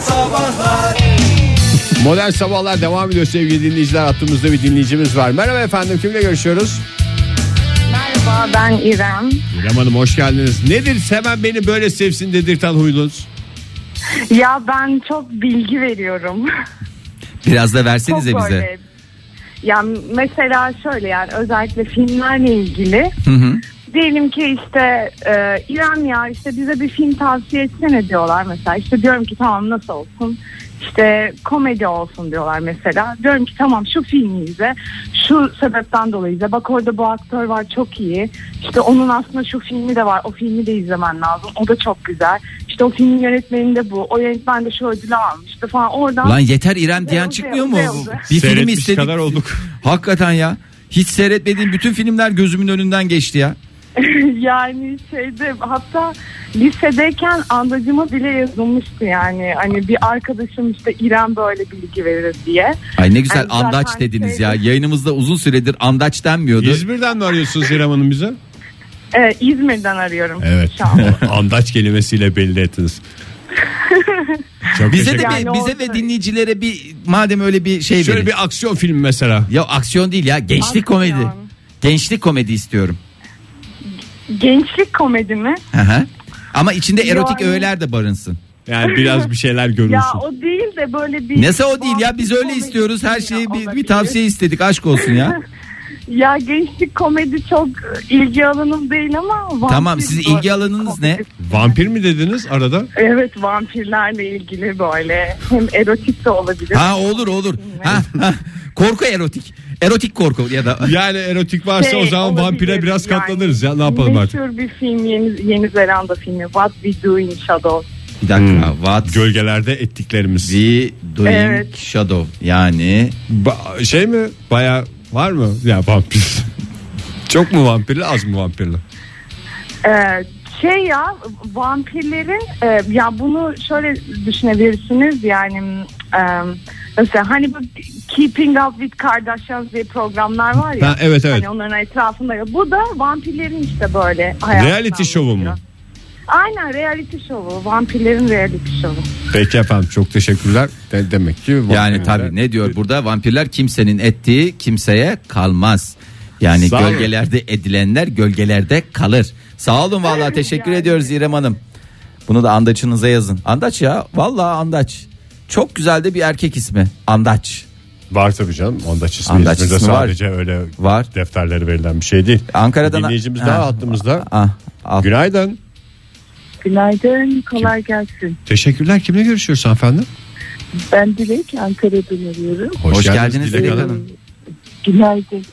Sabahlar Modern Sabahlar devam ediyor sevgili dinleyiciler. Hattımızda bir dinleyicimiz var. Merhaba efendim kimle görüşüyoruz? Merhaba ben İrem. İrem Hanım hoş geldiniz. Nedir hemen beni böyle sevsin dedirten huyunuz? Ya ben çok bilgi veriyorum. Biraz da çok versenize bize. böyle. Ya mesela şöyle yani özellikle filmlerle ilgili. Hı hı. Diyelim ki işte e, İrem ya işte bize bir film tavsiye etsene diyorlar mesela. İşte diyorum ki tamam nasıl olsun? İşte komedi olsun diyorlar mesela. Diyorum ki tamam şu filmi izle. Şu sebepten dolayı izle. Bak orada bu aktör var çok iyi. İşte onun aslında şu filmi de var. O filmi de izlemen lazım. O da çok güzel. İşte o filmin yönetmeni de bu. O yönetmen de şu ödülü almıştı falan. Oradan Lan yeter İrem Ne diyen oldu, çıkmıyor mu? ne oldu? Bir film Seyretmiş istedik. kadar olduk. Hakikaten ya. Hiç seyretmediğim bütün filmler gözümün önünden geçti ya. yani şeyde hatta lisedeyken andacıma bile yazılmıştı yani. Hani bir arkadaşım işte İrem böyle bilgi verir diye. Ay ne güzel Ay zaten andaç dediniz ya. şeydi. Yayınımızda uzun süredir andaç denmiyordu. İzmir'den mi arıyorsunuz İrem Hanım bize? Ee, İzmir'den arıyorum Evet. şu an. Andaç kelimesiyle belli ettiniz. Çok bize de teşekkür- Yani bir- bize olsun. ve dinleyicilere bir madem öyle bir şey Şöyle verin. bir aksiyon filmi mesela. Ya aksiyon değil ya gençlik Aksiyon. komedi. Gençlik komedi istiyorum. Gençlik komedi mi? Hı hı. Ama içinde erotik Yani- öğeler de barınsın. Yani biraz bir şeyler Ya görürsün. o değil de böyle bir... Neyse o değil ya biz öyle istiyoruz her şeyi bir, bir Olabilir. tavsiye istedik aşk olsun ya. Ya gençlik komedi çok ilgi alanım değil ama... vampir Tamam, sizin böyle ilgi alanınız ne? komedisi. Vampir mi dediniz arada? Evet vampirlerle ilgili böyle hem erotik de olabilir. Ha olur olur. Ha, ha. Korku erotik. Erotik korku ya da Yani erotik varsa Şey o zaman olabilir vampire biraz yani. katlanırız ya ne yapalım artık. Meşhur bir film Yeni, Yeni Zelanda filmi What We Do in Shadows. bir dakika. What Gölgelerde ettiklerimiz. the doing Evet. shadow yani Ba- şey mi? Baya var mı? Ya vampir. Çok mu vampirli az mı vampirli? Ee, şey ya vampirlerin e, ya bunu şöyle düşünebilirsiniz yani e, mesela hani bu Keeping Up with Kardashians diye programlar var ya. Ha, evet, evet. Hani onların etrafında. ya. Bu da vampirlerin işte böyle hayatını Reality şovu mu? anlatıyor. Aynen reality şovu. Vampirlerin reality şovu. Peki efendim çok teşekkürler. De- demek ki yani tabii ne diyor burada vampirler kimsenin ettiği kimseye kalmaz. Yani Sağ olun. gölgelerde edilenler gölgelerde kalır. Sağ olun vallahi teşekkür ediyoruz İrem Hanım. Bunu da andaçınıza yazın. Andaç ya vallahi andaç. Çok güzel de bir erkek ismi. Andaç. Var tabii canım. Andaç ismi Andaç İzmir'de ismi var. sadece öyle Var. defterleri verilen bir şey değil. Ankara'dan- Dinleyicimiz Ha. daha hattımızda. Ah, al. Günaydın. Günaydın, kolay gelsin. Teşekkürler. Kimle görüşüyoruz efendim? Ben Dilek, Ankara'dan arıyorum. Hoş geldiniz Dilek Hanım. Günaydın.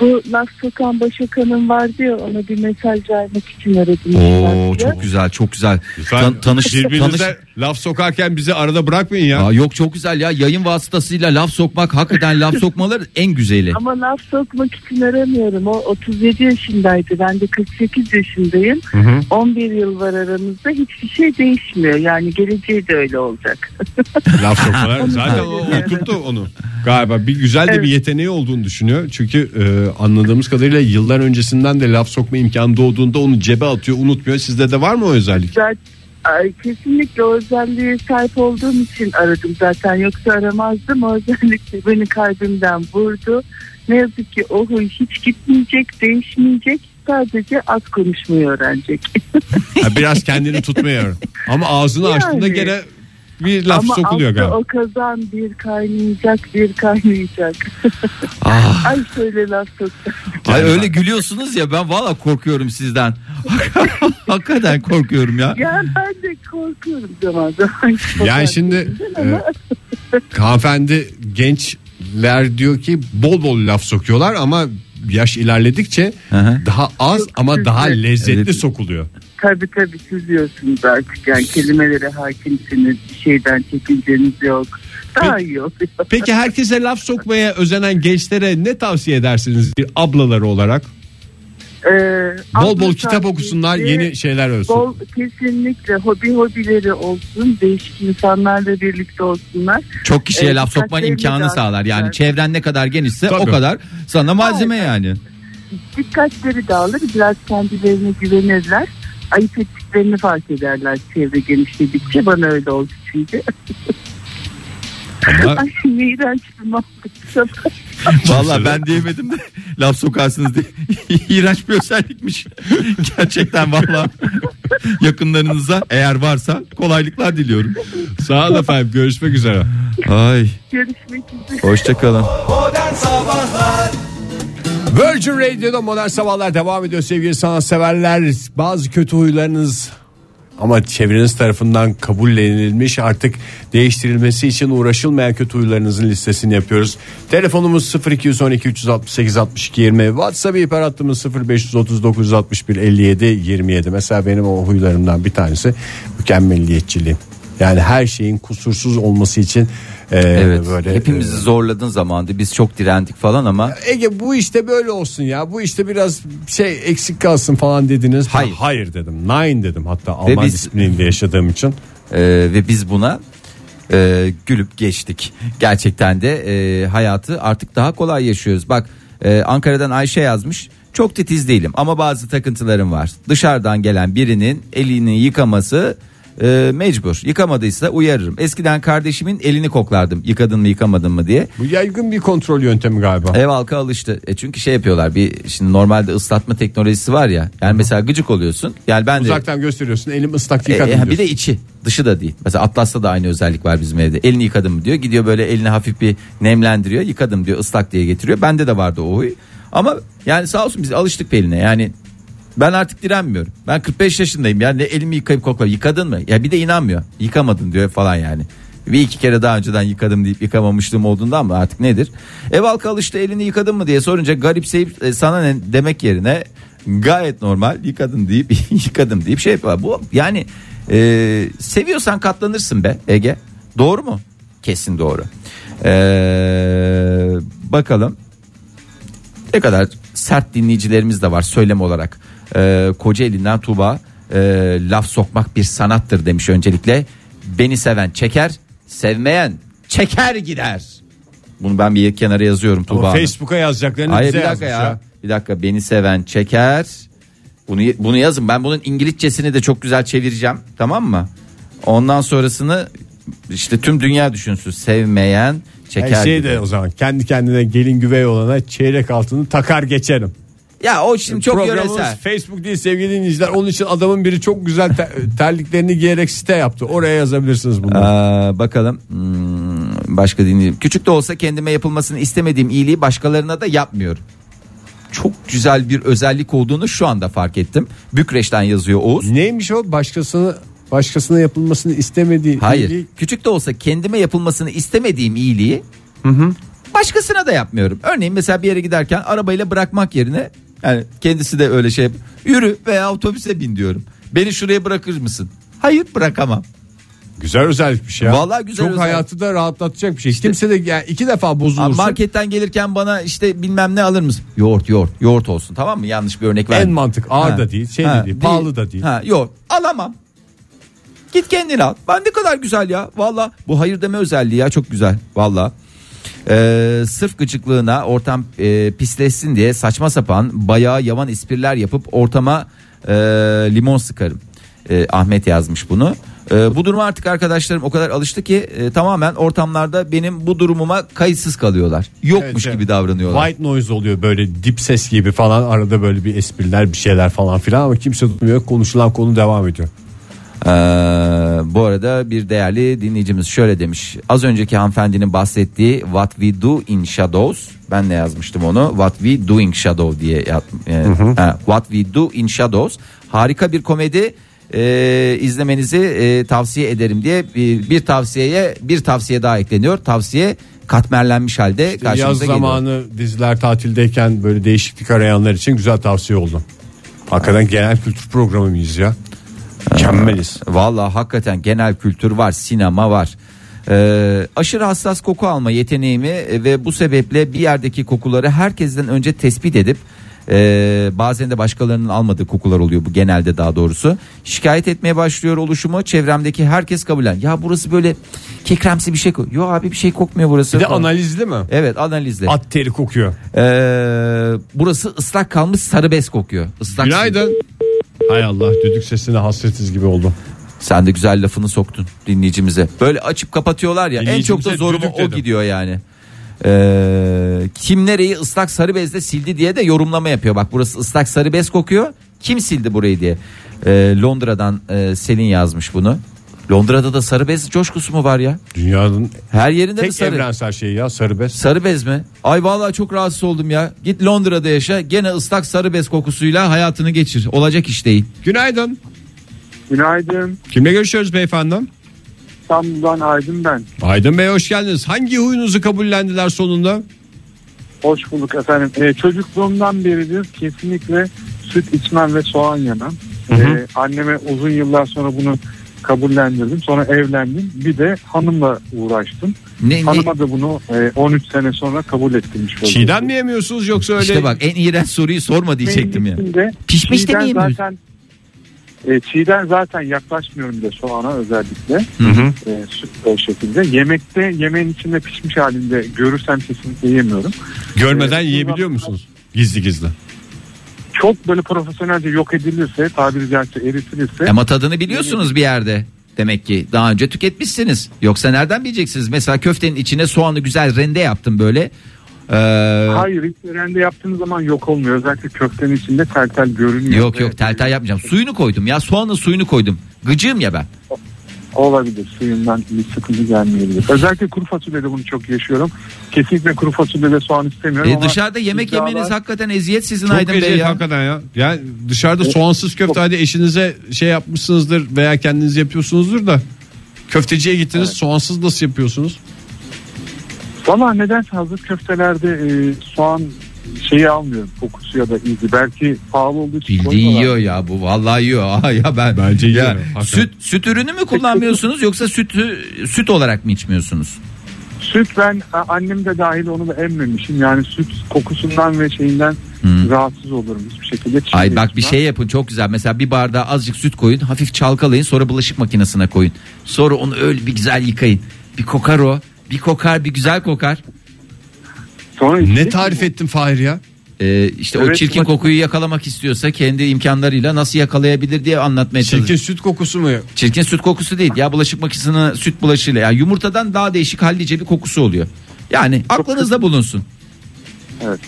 Bu Laf Sokan Başakan'ın vardı ya ona bir mesaj vermek için aradım. Oo çok güzel çok güzel. Tan- tanış tanış. birbirinize laf sokarken bizi arada bırakmayın ya. Aa, yok çok güzel ya yayın vasıtasıyla laf sokmak hakikaten laf sokmaları en güzeli. Ama laf sokmak için aramıyorum. O 37 yaşındaydı. Ben de 48 yaşındayım. 11 yıl var aramızda. Hiçbir şey değişmiyor. Yani geleceği de öyle olacak. laf sokmalar. Zaten o Evet. oturttu onu. Galiba bir güzel de bir yeteneği olduğunu düşünüyor. Çünkü e, anladığımız kadarıyla yıllar öncesinden de laf sokma imkanı doğduğunda onu cebe atıyor, unutmuyor. Sizde de var mı o özellik? Zaten ay, kesinlikle o özelliğe sahip olduğum için aradım zaten. Yoksa aramazdım. O özellik de beni kalbimden vurdu. Ne yazık ki o huy hiç gitmeyecek, değişmeyecek. Sadece az konuşmayı öğrenecek. Ha, biraz kendini tutmuyor. Ama ağzını Yani. açtığında gene bir laf Ama sokuluyor altta galiba. o kazan bir kaynayacak, bir kaynayacak. Ah. Ay şöyle laf sokacak. Ay öyle gülüyorsunuz ya ben valla korkuyorum sizden. hakikaten korkuyorum ya. Ya ben de korkuyorum zaman zaman. Yani şimdi e, hanımefendi gençler diyor ki bol bol laf sokuyorlar ama yaş ilerledikçe Hı hı. daha az ama daha kesinlikle. lezzetli Evet. sokuluyor. Tabii tabii siz diyorsunuz artık. Yani kelimelere hakimsiniz. Bir şeyden çekinceniz yok. Daha iyi oluyor. Peki herkese laf sokmaya özenen gençlere ne tavsiye edersiniz bir ablaları olarak? Ee, Bol bol aslında kitap okusunlar, sadece yeni şeyler öğrensin. Bol kesinlikle hobi hobileri olsun, değişik insanlarla birlikte olsunlar. Çok kişiye Evet, laf sokma dikkatlerini imkanı dağıtacak. sağlar. Yani çevren ne kadar genişse o Tabii. kadar sana malzeme yani. Dikkatleri dağılır, biraz kendilerine güvenirler. Ayıp ettiklerini kendilerini fark ederler çevre genişledikçe. Bana öyle oldu çünkü. Ama Ay ne iğrenç bir muhabbet. Valla ben diyemedim de laf sokarsınız diye. İğrenç bir özellikmiş. Gerçekten valla yakınlarınıza eğer varsa kolaylıklar diliyorum. sağ olun efendim görüşmek üzere. Ay Görüşmek üzere. hoşçakalın. Virgin Radio'da modern sabahlar devam ediyor sevgili sanatseverler. Bazı kötü huylarınız ama çevreniz tarafından kabullenilmiş artık değiştirilmesi için uğraşılmayan kötü huylarınızın listesini yapıyoruz. Telefonumuz 0212 368 62 20 WhatsApp ihbar hattımız 0539 61 57 27. Mesela benim o huylarımdan bir tanesi mükemmelliyetçiliğim. Yani her şeyin kusursuz olması için e, Evet böyle e, hepimizi zorladın zamandı biz çok direndik falan ama Ege bu işte böyle olsun ya. Bu işte biraz şey eksik kalsın falan dediniz. Hayır. Ha, hayır dedim. Nine dedim hatta Alman biz- disiplininde yaşadığım için. e, ve biz buna e, gülüp geçtik. Gerçekten de e, hayatı artık daha kolay yaşıyoruz. Bak e, Ankara'dan Ayşe yazmış. Çok titiz değilim ama bazı takıntılarım var. Dışarıdan gelen birinin elini yıkaması e, mecbur. Yıkamadıysa uyarırım. Eskiden kardeşimin elini koklardım. Yıkadın mı yıkamadın mı diye. Bu yaygın bir kontrol yöntemi galiba. Ev halkı alıştı. E çünkü şey yapıyorlar. Bir şimdi normalde ıslatma teknolojisi var ya. Yani mesela gıcık oluyorsun. Yani ben de Uzaktan gösteriyorsun elim ıslak E, yıkadım e, bir diyorsun. de içi dışı da değil. Mesela Atlas'ta da aynı özellik var bizim evde. Elini yıkadım mı diyor. Gidiyor böyle elini hafif bir nemlendiriyor. Yıkadım diyor ıslak diye getiriyor. Bende de vardı o huy. Ama yani sağ olsun biz alıştık Pelin'e. Yani ben artık direnmiyorum. Ben 45 yaşındayım. Yani ne elimi yıkayıp kokla. Yıkadın mı? Ya bir de inanmıyor. Yıkamadın diyor falan yani. Bir iki kere daha önceden yıkadım deyip yıkamamışlığım olduğundan mı artık nedir? Ev halkı alıştı elini yıkadın mı diye sorunca garipseyip e, sana ne demek yerine gayet normal yıkadın deyip yıkadım deyip şey yapıyorlar. Bu yani e, seviyorsan katlanırsın be Ege. Doğru mu? Kesin doğru. E, bakalım ne kadar sert dinleyicilerimiz de var söylem olarak. Ee, Kocaeli'nden Tuba e, laf sokmak bir sanattır demiş öncelikle. Beni seven çeker, sevmeyen çeker gider. Bunu ben bir kenara yazıyorum Ama Tuba. Hanım. Facebook'a yazacaklarını Hayır bize bir dakika yazmış ya. ya. Bir dakika beni seven çeker. Bunu bunu yazın. Ben bunun İngilizcesini de çok güzel çevireceğim. Tamam mı? Ondan sonrasını işte tüm dünya düşünsün. Sevmeyen çeker. Her şey gider. de o zaman kendi kendine gelin güvey olana çeyrek altını takar geçerim. Ya o şimdi çok Programımız yöresel. Facebook değil sevgili dinleyiciler. Onun için adamın biri çok güzel te- terliklerini giyerek site yaptı. Oraya yazabilirsiniz bunu. Aa, Ee, bakalım Hmm, başka dinleyeyim. Küçük de olsa kendime yapılmasını istemediğim iyiliği başkalarına da yapmıyorum. Çok güzel bir özellik olduğunu şu anda fark ettim. Bükreş'ten yazıyor Oğuz. Neymiş o? Başkasını başkasına yapılmasını istemediği Hayır. iyilik- Küçük de olsa kendime yapılmasını istemediğim iyiliği başkasına da yapmıyorum. Örneğin mesela bir yere giderken arabayla bırakmak yerine yani kendisi de öyle şey yürü veya otobüse bin diyorum. Beni şuraya bırakır mısın? Hayır bırakamam. Güzel özellikmiş ya. Vallahi güzel Çok özellik. hayatı da rahatlatacak bir şey. Kimse de yani iki defa bozulursun. Abi marketten gelirken bana işte bilmem ne alır mısın? Yoğurt yoğurt yoğurt olsun tamam mı? Yanlış bir örnek ver. En mantık ağır da değil, şey de değil, pahalı da değil. Ha, yoğurt alamam. Git kendin al. Ben ne kadar güzel ya. Valla bu hayır deme özelliği ya çok güzel. Valla. Ee, sırf gıcıklığına ortam e, pisleşsin diye saçma sapan bayağı yavan espriler yapıp ortama e, limon sıkarım. E, Ahmet yazmış bunu. E, bu duruma artık arkadaşlarım o kadar alıştı ki e, tamamen ortamlarda benim bu durumuma kayıtsız kalıyorlar. Yokmuş Evet, evet. gibi davranıyorlar. White noise oluyor böyle dip ses gibi falan arada böyle bir espriler bir şeyler falan filan ama kimse tutmuyor konuşulan konu devam ediyor. Ee, bu arada bir değerli dinleyicimiz şöyle demiş. Az önceki hanımefendinin bahsettiği What We Do in Shadows. Ben de yazmıştım onu. What We Doing Shadow diye. yaz- e, ha, What We Do in Shadows. Harika bir komedi. Ee, izlemenizi e, tavsiye ederim diye bir, bir tavsiyeye bir tavsiye daha ekleniyor. Tavsiye katmerlenmiş halde karşımıza Yaz geliyor. zamanı diziler tatildeyken böyle değişiklik arayanlar için güzel tavsiye oldu. Hakikaten genel kültür programı mıyız ya? Mükemmeliz. Vallahi hakikaten genel kültür var, sinema var. Ee, aşırı hassas koku alma yeteneğimi ve bu sebeple bir yerdeki kokuları herkesten önce tespit edip e, bazen de başkalarının almadığı kokular oluyor bu genelde daha doğrusu. Şikayet etmeye başlıyor oluşumu çevremdeki herkes kabullen. Ya burası böyle kekremsi bir şey kokuyor. Yo abi bir şey kokmuyor burası. Bir de falan. analizli mi? Evet analizle. At teri kokuyor. Ee, burası ıslak kalmış sarı bez kokuyor. Islak Günaydın. Hay Allah düdük sesine hasretiz gibi oldum. Sen de güzel lafını soktun dinleyicimize. Böyle açıp kapatıyorlar ya en çok da Dinleyicimize zoruma düdük o dedim. gidiyor yani. Ee, kim nereyi ıslak sarı bezle sildi diye de yorumlama yapıyor. Bak burası ıslak sarı bez kokuyor. Kim sildi burayı diye. Ee, Londra'dan e, Selin yazmış bunu. Londra'da da sarı bez coşkusu mu var ya? Dünyanın Her yerinde mi tek sarı? evrensel şeyi ya sarı bez. Sarı bez mi? Ay vallahi çok rahatsız oldum ya. Git Londra'da yaşa. Gene ıslak sarı bez kokusuyla hayatını geçir. Olacak iş değil. Günaydın. Günaydın. Kimle görüşüyoruz beyefendi? İstanbul'dan Aydın ben. Aydın Bey hoş geldiniz. Hangi huyunuzu kabullendiler sonunda? Hoş bulduk efendim. Ee, çocukluğumdan beridir kesinlikle süt içmem ve soğan yemem. Ee, anneme uzun yıllar sonra bunu kabullendirdim. Sonra evlendim. Bir de hanımla uğraştım. Ne, ne- Hanıma da bunu e, 13 sene sonra kabul ettirmiş oldum. Çiğden mi yemiyorsunuz yoksa öyle? İşte bak en iğrenç soruyu sorma diyecektim ya. Meclisinde Pişmiş de mi çiğden yemiyorsun? zaten, e, çiğden zaten yaklaşmıyorum bile soğana özellikle. Hı hı. e, sütle o şekilde. Yemekte yemeğin içinde pişmiş halinde görürsem kesinlikle yemiyorum. Görmeden Evet. yiyebiliyor musunuz? Gizli gizli. Çok böyle profesyonelce yok edilirse tabiri caizse eritilirse E, Ama tadını biliyorsunuz bir yerde. Demek ki daha önce tüketmişsiniz. Yoksa nereden bileceksiniz? Mesela köftenin içine soğanı güzel rende yaptım böyle. Ee, hayır hiç öğrende yaptığınız zaman yok olmuyor. Özellikle köftenin içinde tel tel görünüyor. yok yok tel tel yapmayacağım. Suyunu koydum ya soğanın suyunu koydum. Gıcığım ya ben. Olabilir suyundan bir sıkıntı gelmeyebilir. Özellikle kuru fasulyede bunu çok yaşıyorum. Kesinlikle kuru fasulyede soğan istemiyorum E, ama dışarıda yemek iddialar- yemeniz hakikaten eziyet sizin Çok Aydın Bey eziyet ya. hakikaten ya. Yani dışarıda soğansız köfte hadi eşinize şey yapmışsınızdır veya kendiniz yapıyorsunuzdur da köfteciye gittiniz soğansız nasıl yapıyorsunuz? Valla nedense hazır köftelerde e, soğan şeyi almıyorum kokusu ya da izi. Belki pahalı olduğu için Bildiğin koymuyorlar. yiyor ya bu vallahi yiyor. Aha ya ben Bence ya, yiyor, hakikaten. Süt süt ürünü mü kullanmıyorsunuz yoksa sütü süt olarak mı içmiyorsunuz? Süt ben a- annem de dahil onu da emmemişim. Yani süt kokusundan ve şeyinden Hmm. rahatsız olurum hiçbir şekilde. Çiğ Ay bak bir içmem. şey yapın çok güzel. Mesela bir bardağa azıcık süt koyun, hafif çalkalayın, sonra bulaşık makinesine koyun. Sonra onu öyle bir güzel yıkayın. Bir kokar o, bir kokar, bir güzel kokar. Sonra Ne içecek tarif mi? ettin Fahir ya? Ee, işte o Evet, çirkin makin- kokuyu yakalamak istiyorsa kendi imkanlarıyla nasıl yakalayabilir diye anlatmaya çalışıyorum. Çirkin Çirkin. süt kokusu mu? süt kokusu değil. Ya bulaşık makinesine süt bulaşığıyla. Yani yumurtadan daha değişik hallice bir kokusu oluyor. Yani aklınızda bulunsun. Peki.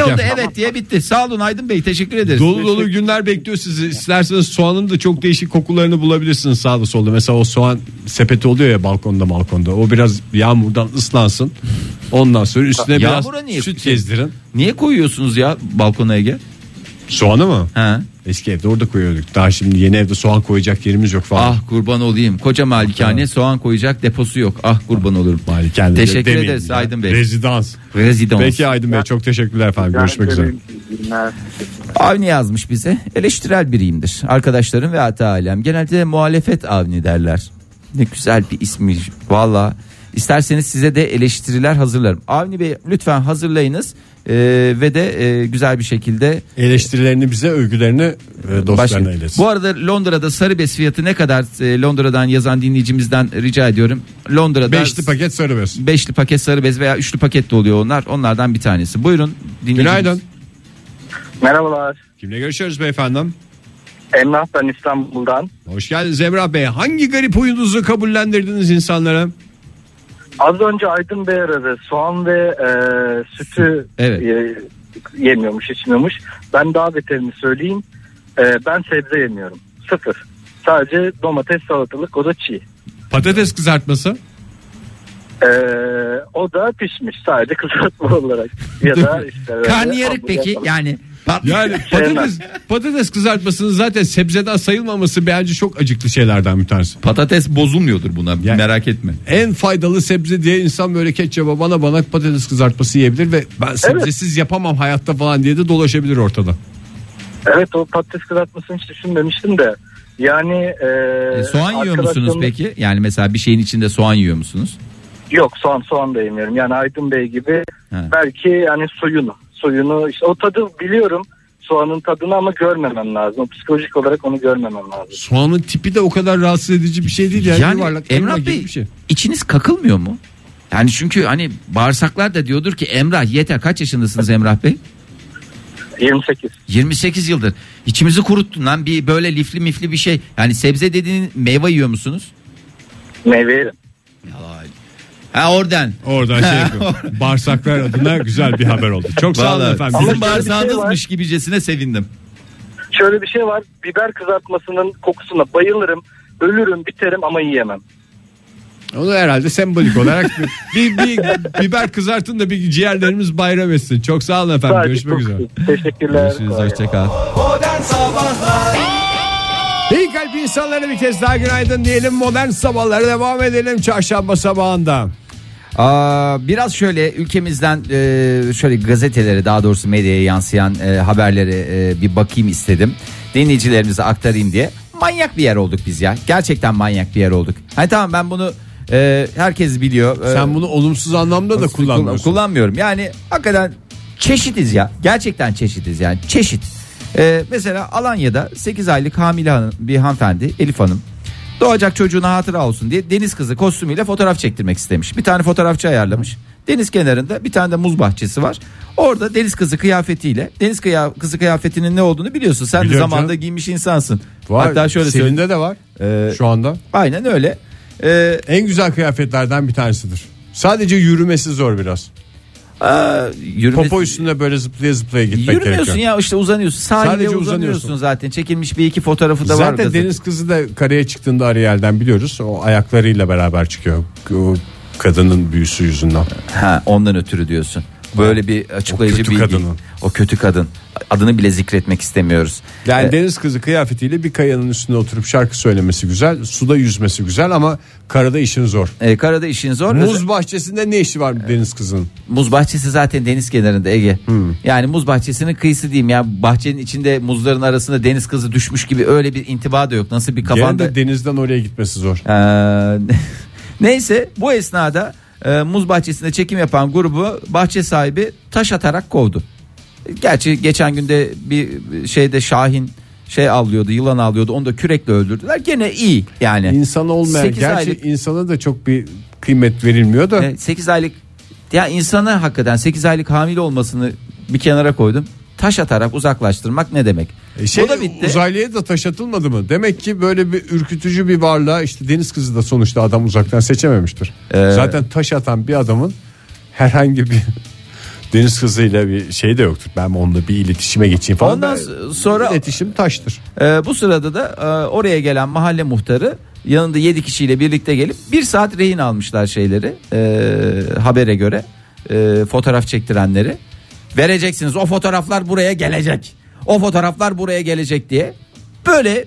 Ve oldu evet diye bitti. Sağ olun Aydın Bey teşekkür ederiz. Dolu dolu günler bekliyor sizi. İsterseniz soğanın da çok değişik kokularını bulabilirsiniz sağda solda. Mesela o soğan sepeti oluyor ya balkonda balkonda. O biraz yağmurdan ıslansın. Ondan sonra üstüne biraz Yağmura niye süt şey- gezdirin. Niye koyuyorsunuz ya balkona Ege? Soğanı mı? Ha? Eski evde orada koyuyorduk. Daha şimdi yeni evde soğan koyacak yerimiz yok falan. Ah kurban olayım. Koca malikane soğan koyacak deposu yok. Ah kurban olurum. Bari kendine Teşekkür demeyin ederiz ya. Aydın Bey. Rezidans. Rezidans. Peki Aydın Bey çok teşekkürler efendim. Görüşmek üzere. üzere. Avni yazmış bize. Eleştirel biriyimdir. Arkadaşlarım ve hatta ailem. Genelde muhalefet Avni derler. Ne güzel bir ismiş. Valla isterseniz size de eleştiriler hazırlarım. Avni Bey lütfen hazırlayınız. Ee, ve de e, güzel bir şekilde Eleştirilerini bize, övgülerini e, dostlarına Başka- iletsin. Bu arada Londra'da sarı bez fiyatı ne kadar E, Londra'dan yazan dinleyicimizden rica ediyorum. Londra'da Beşli paket sarı bez. Beşli paket sarı bez veya üçlü paket de oluyor onlar. Onlardan bir tanesi. Buyurun dinleyicimiz. Günaydın. Merhabalar. Kimle görüşüyoruz beyefendim? Emrah ben İstanbul'dan. Hoş geldiniz Emrah Bey. Hangi garip huyunuzu kabullendirdiniz insanlara? Az önce Aydın Bey aradı. Soğan ve e, sütü Evet. e, yemiyormuş, içmiyormuş. Ben daha beterini söyleyeyim. E, ben sebze yemiyorum. Sıfır. Sadece domates, salatalık, o da çiğ. Patates kızartması. E, o da pişmiş sadece kızartma olarak. Ya da işte böyle Karnıyarık hamburger peki falan. yani. pat- Yani patates, patates kızartmasının zaten sebzeden sayılmaması bence çok acıklı şeylerden bir tanesi. Patates bozulmuyordur buna Yani- merak etme. En faydalı sebze diye insan böyle ketçaba bana bana patates kızartması yiyebilir ve ben sebzesiz yapamam hayatta falan diye de dolaşabilir ortada. Evet o patates kızartmasını hiç düşünmemiştim de. Yani e, E, soğan yiyor musunuz arkadaşlarım- peki? Yani mesela bir şeyin içinde soğan yiyor musunuz? Yok soğan soğan da yemiyorum. Yani Aydın Bey gibi Ha. belki yani suyunu. Suyunu işte o tadı biliyorum. Soğanın tadını ama görmemem lazım. Psikolojik olarak onu görmemem lazım. Soğanın tipi de o kadar rahatsız edici bir şey değil yani, Yani yuvarlak Emrah elma gibi Bey- bir şey. İçiniz kakılmıyor mu? Yani çünkü hani bağırsaklar da diyordur ki Emrah yeter kaç yaşındasınız Emrah Bey? 28. 28 yıldır. İçimizi kuruttun lan bir böyle lifli mifli bir şey. Yani sebze dediğin meyve yiyor musunuz? Meyve yerim. Ha oradan. Oradan şey yapıyorum. Bağırsaklar adına güzel bir haber oldu. Çok sağ olun Vallahi efendim. Ama Sizin şöyle bir şey bağırsağınızmış gibicesine sevindim. Şöyle bir şey var. Biber kızartmasının kokusuna bayılırım. Ölürüm biterim ama yiyemem. Onu herhalde sembolik olarak bir, bir, bir biber kızartın da bir ciğerlerimiz bayram etsin. Çok sağ olun efendim. Sadece Görüşmek üzere. kokusu. Teşekkürler. Görüşürüz Kolay gelsin. hoşçakal. İyi kalp insanlara bir kez daha günaydın diyelim. Modern sabahlara devam edelim çarşamba sabahında. Aa, biraz şöyle ülkemizden e, şöyle gazetelere daha doğrusu medyaya yansıyan e, haberlere e, bir bakayım istedim. Dinleyicilerimize aktarayım diye. Manyak bir yer olduk biz ya. Gerçekten manyak bir yer olduk. Hani tamam ben bunu e, herkes biliyor. E, Sen bunu olumsuz anlamda da Nasıl kullan- kullanmıyorsun. Kullanmıyorum. Yani hakikaten çeşitiz ya. Gerçekten çeşitiz yani. Çeşit. Ee, mesela Alanya'da 8 aylık hamile hanım, bir hanımefendi Elif Hanım doğacak çocuğuna hatıra olsun diye deniz kızı kostümüyle fotoğraf çektirmek istemiş. Bir tane fotoğrafçı ayarlamış. Deniz kenarında bir tane de muz bahçesi var. Orada deniz kızı kıyafetiyle deniz kıya- kızı kıyafetinin ne olduğunu biliyorsun. Sen Biliyorum de zamanında canım. giymiş insansın. Var, Hatta şöyle Selin'de söyleyeyim. de var Ee, şu anda. aynen öyle. Ee, En güzel kıyafetlerden bir tanesidir. Sadece yürümesi zor biraz. aa, yürüme- Popo üstünde böyle zıplaya zıplaya gitmek Yürümüyorsun gerekiyor. ya işte uzanıyorsun. Sahilde Sadece uzanıyorsun. uzanıyorsun. zaten. Çekilmiş bir iki fotoğrafı da var. Zaten gazete- deniz kızı da kareye çıktığında Ariel'den biliyoruz. O ayaklarıyla beraber çıkıyor. O kadının büyüsü yüzünden. Ha, ondan ötürü diyorsun. Böyle bir açıklayıcı O kötü bir kadının. O kötü kadın. Adını bile zikretmek istemiyoruz. Yani Ee, deniz kızı kıyafetiyle bir kayanın üstünde oturup şarkı söylemesi güzel. Suda yüzmesi güzel ama karada işin zor. e, karada işin zor. Muz, Muz bahçesinde ne işi var deniz kızının? muz bahçesi zaten deniz kenarında Ege. Hmm. Yani muz bahçesinin kıyısı diyeyim ya. Bahçenin içinde muzların arasında deniz kızı düşmüş gibi öyle bir intiba da yok. Nasıl bir Gene kafanda de denizden oraya gitmesi zor. Ee, neyse bu esnada e, muz bahçesinde çekim yapan grubu bahçe sahibi taş atarak kovdu. Gerçi geçen günde bir şeyde Şahin şey avlıyordu yılan avlıyordu onu da kürekle öldürdüler. Gene iyi yani. İnsan olmayan, Sekiz gerçi aylık- insana da çok bir kıymet verilmiyor da. 8 E, aylık ya insana hakikaten 8 aylık hamile olmasını bir kenara koydum. Taş atarak uzaklaştırmak ne demek? E Şey, o da bitti. Uzaylıya da taş atılmadı mı? Demek ki böyle bir ürkütücü bir varlığa işte deniz kızı da sonuçta adam uzaktan seçememiştir. Ee, Zaten taş atan bir adamın herhangi bir deniz kızıyla bir şey de yoktur. Ben onunla bir iletişime geçeyim falan. Ondan Ben- sonra- iletişim taştır. Ee, bu sırada da e, oraya gelen mahalle muhtarı yanında 7 kişiyle birlikte gelip bir saat rehin almışlar şeyleri e, habere göre e, fotoğraf çektirenleri vereceksiniz o fotoğraflar buraya gelecek o fotoğraflar buraya gelecek diye böyle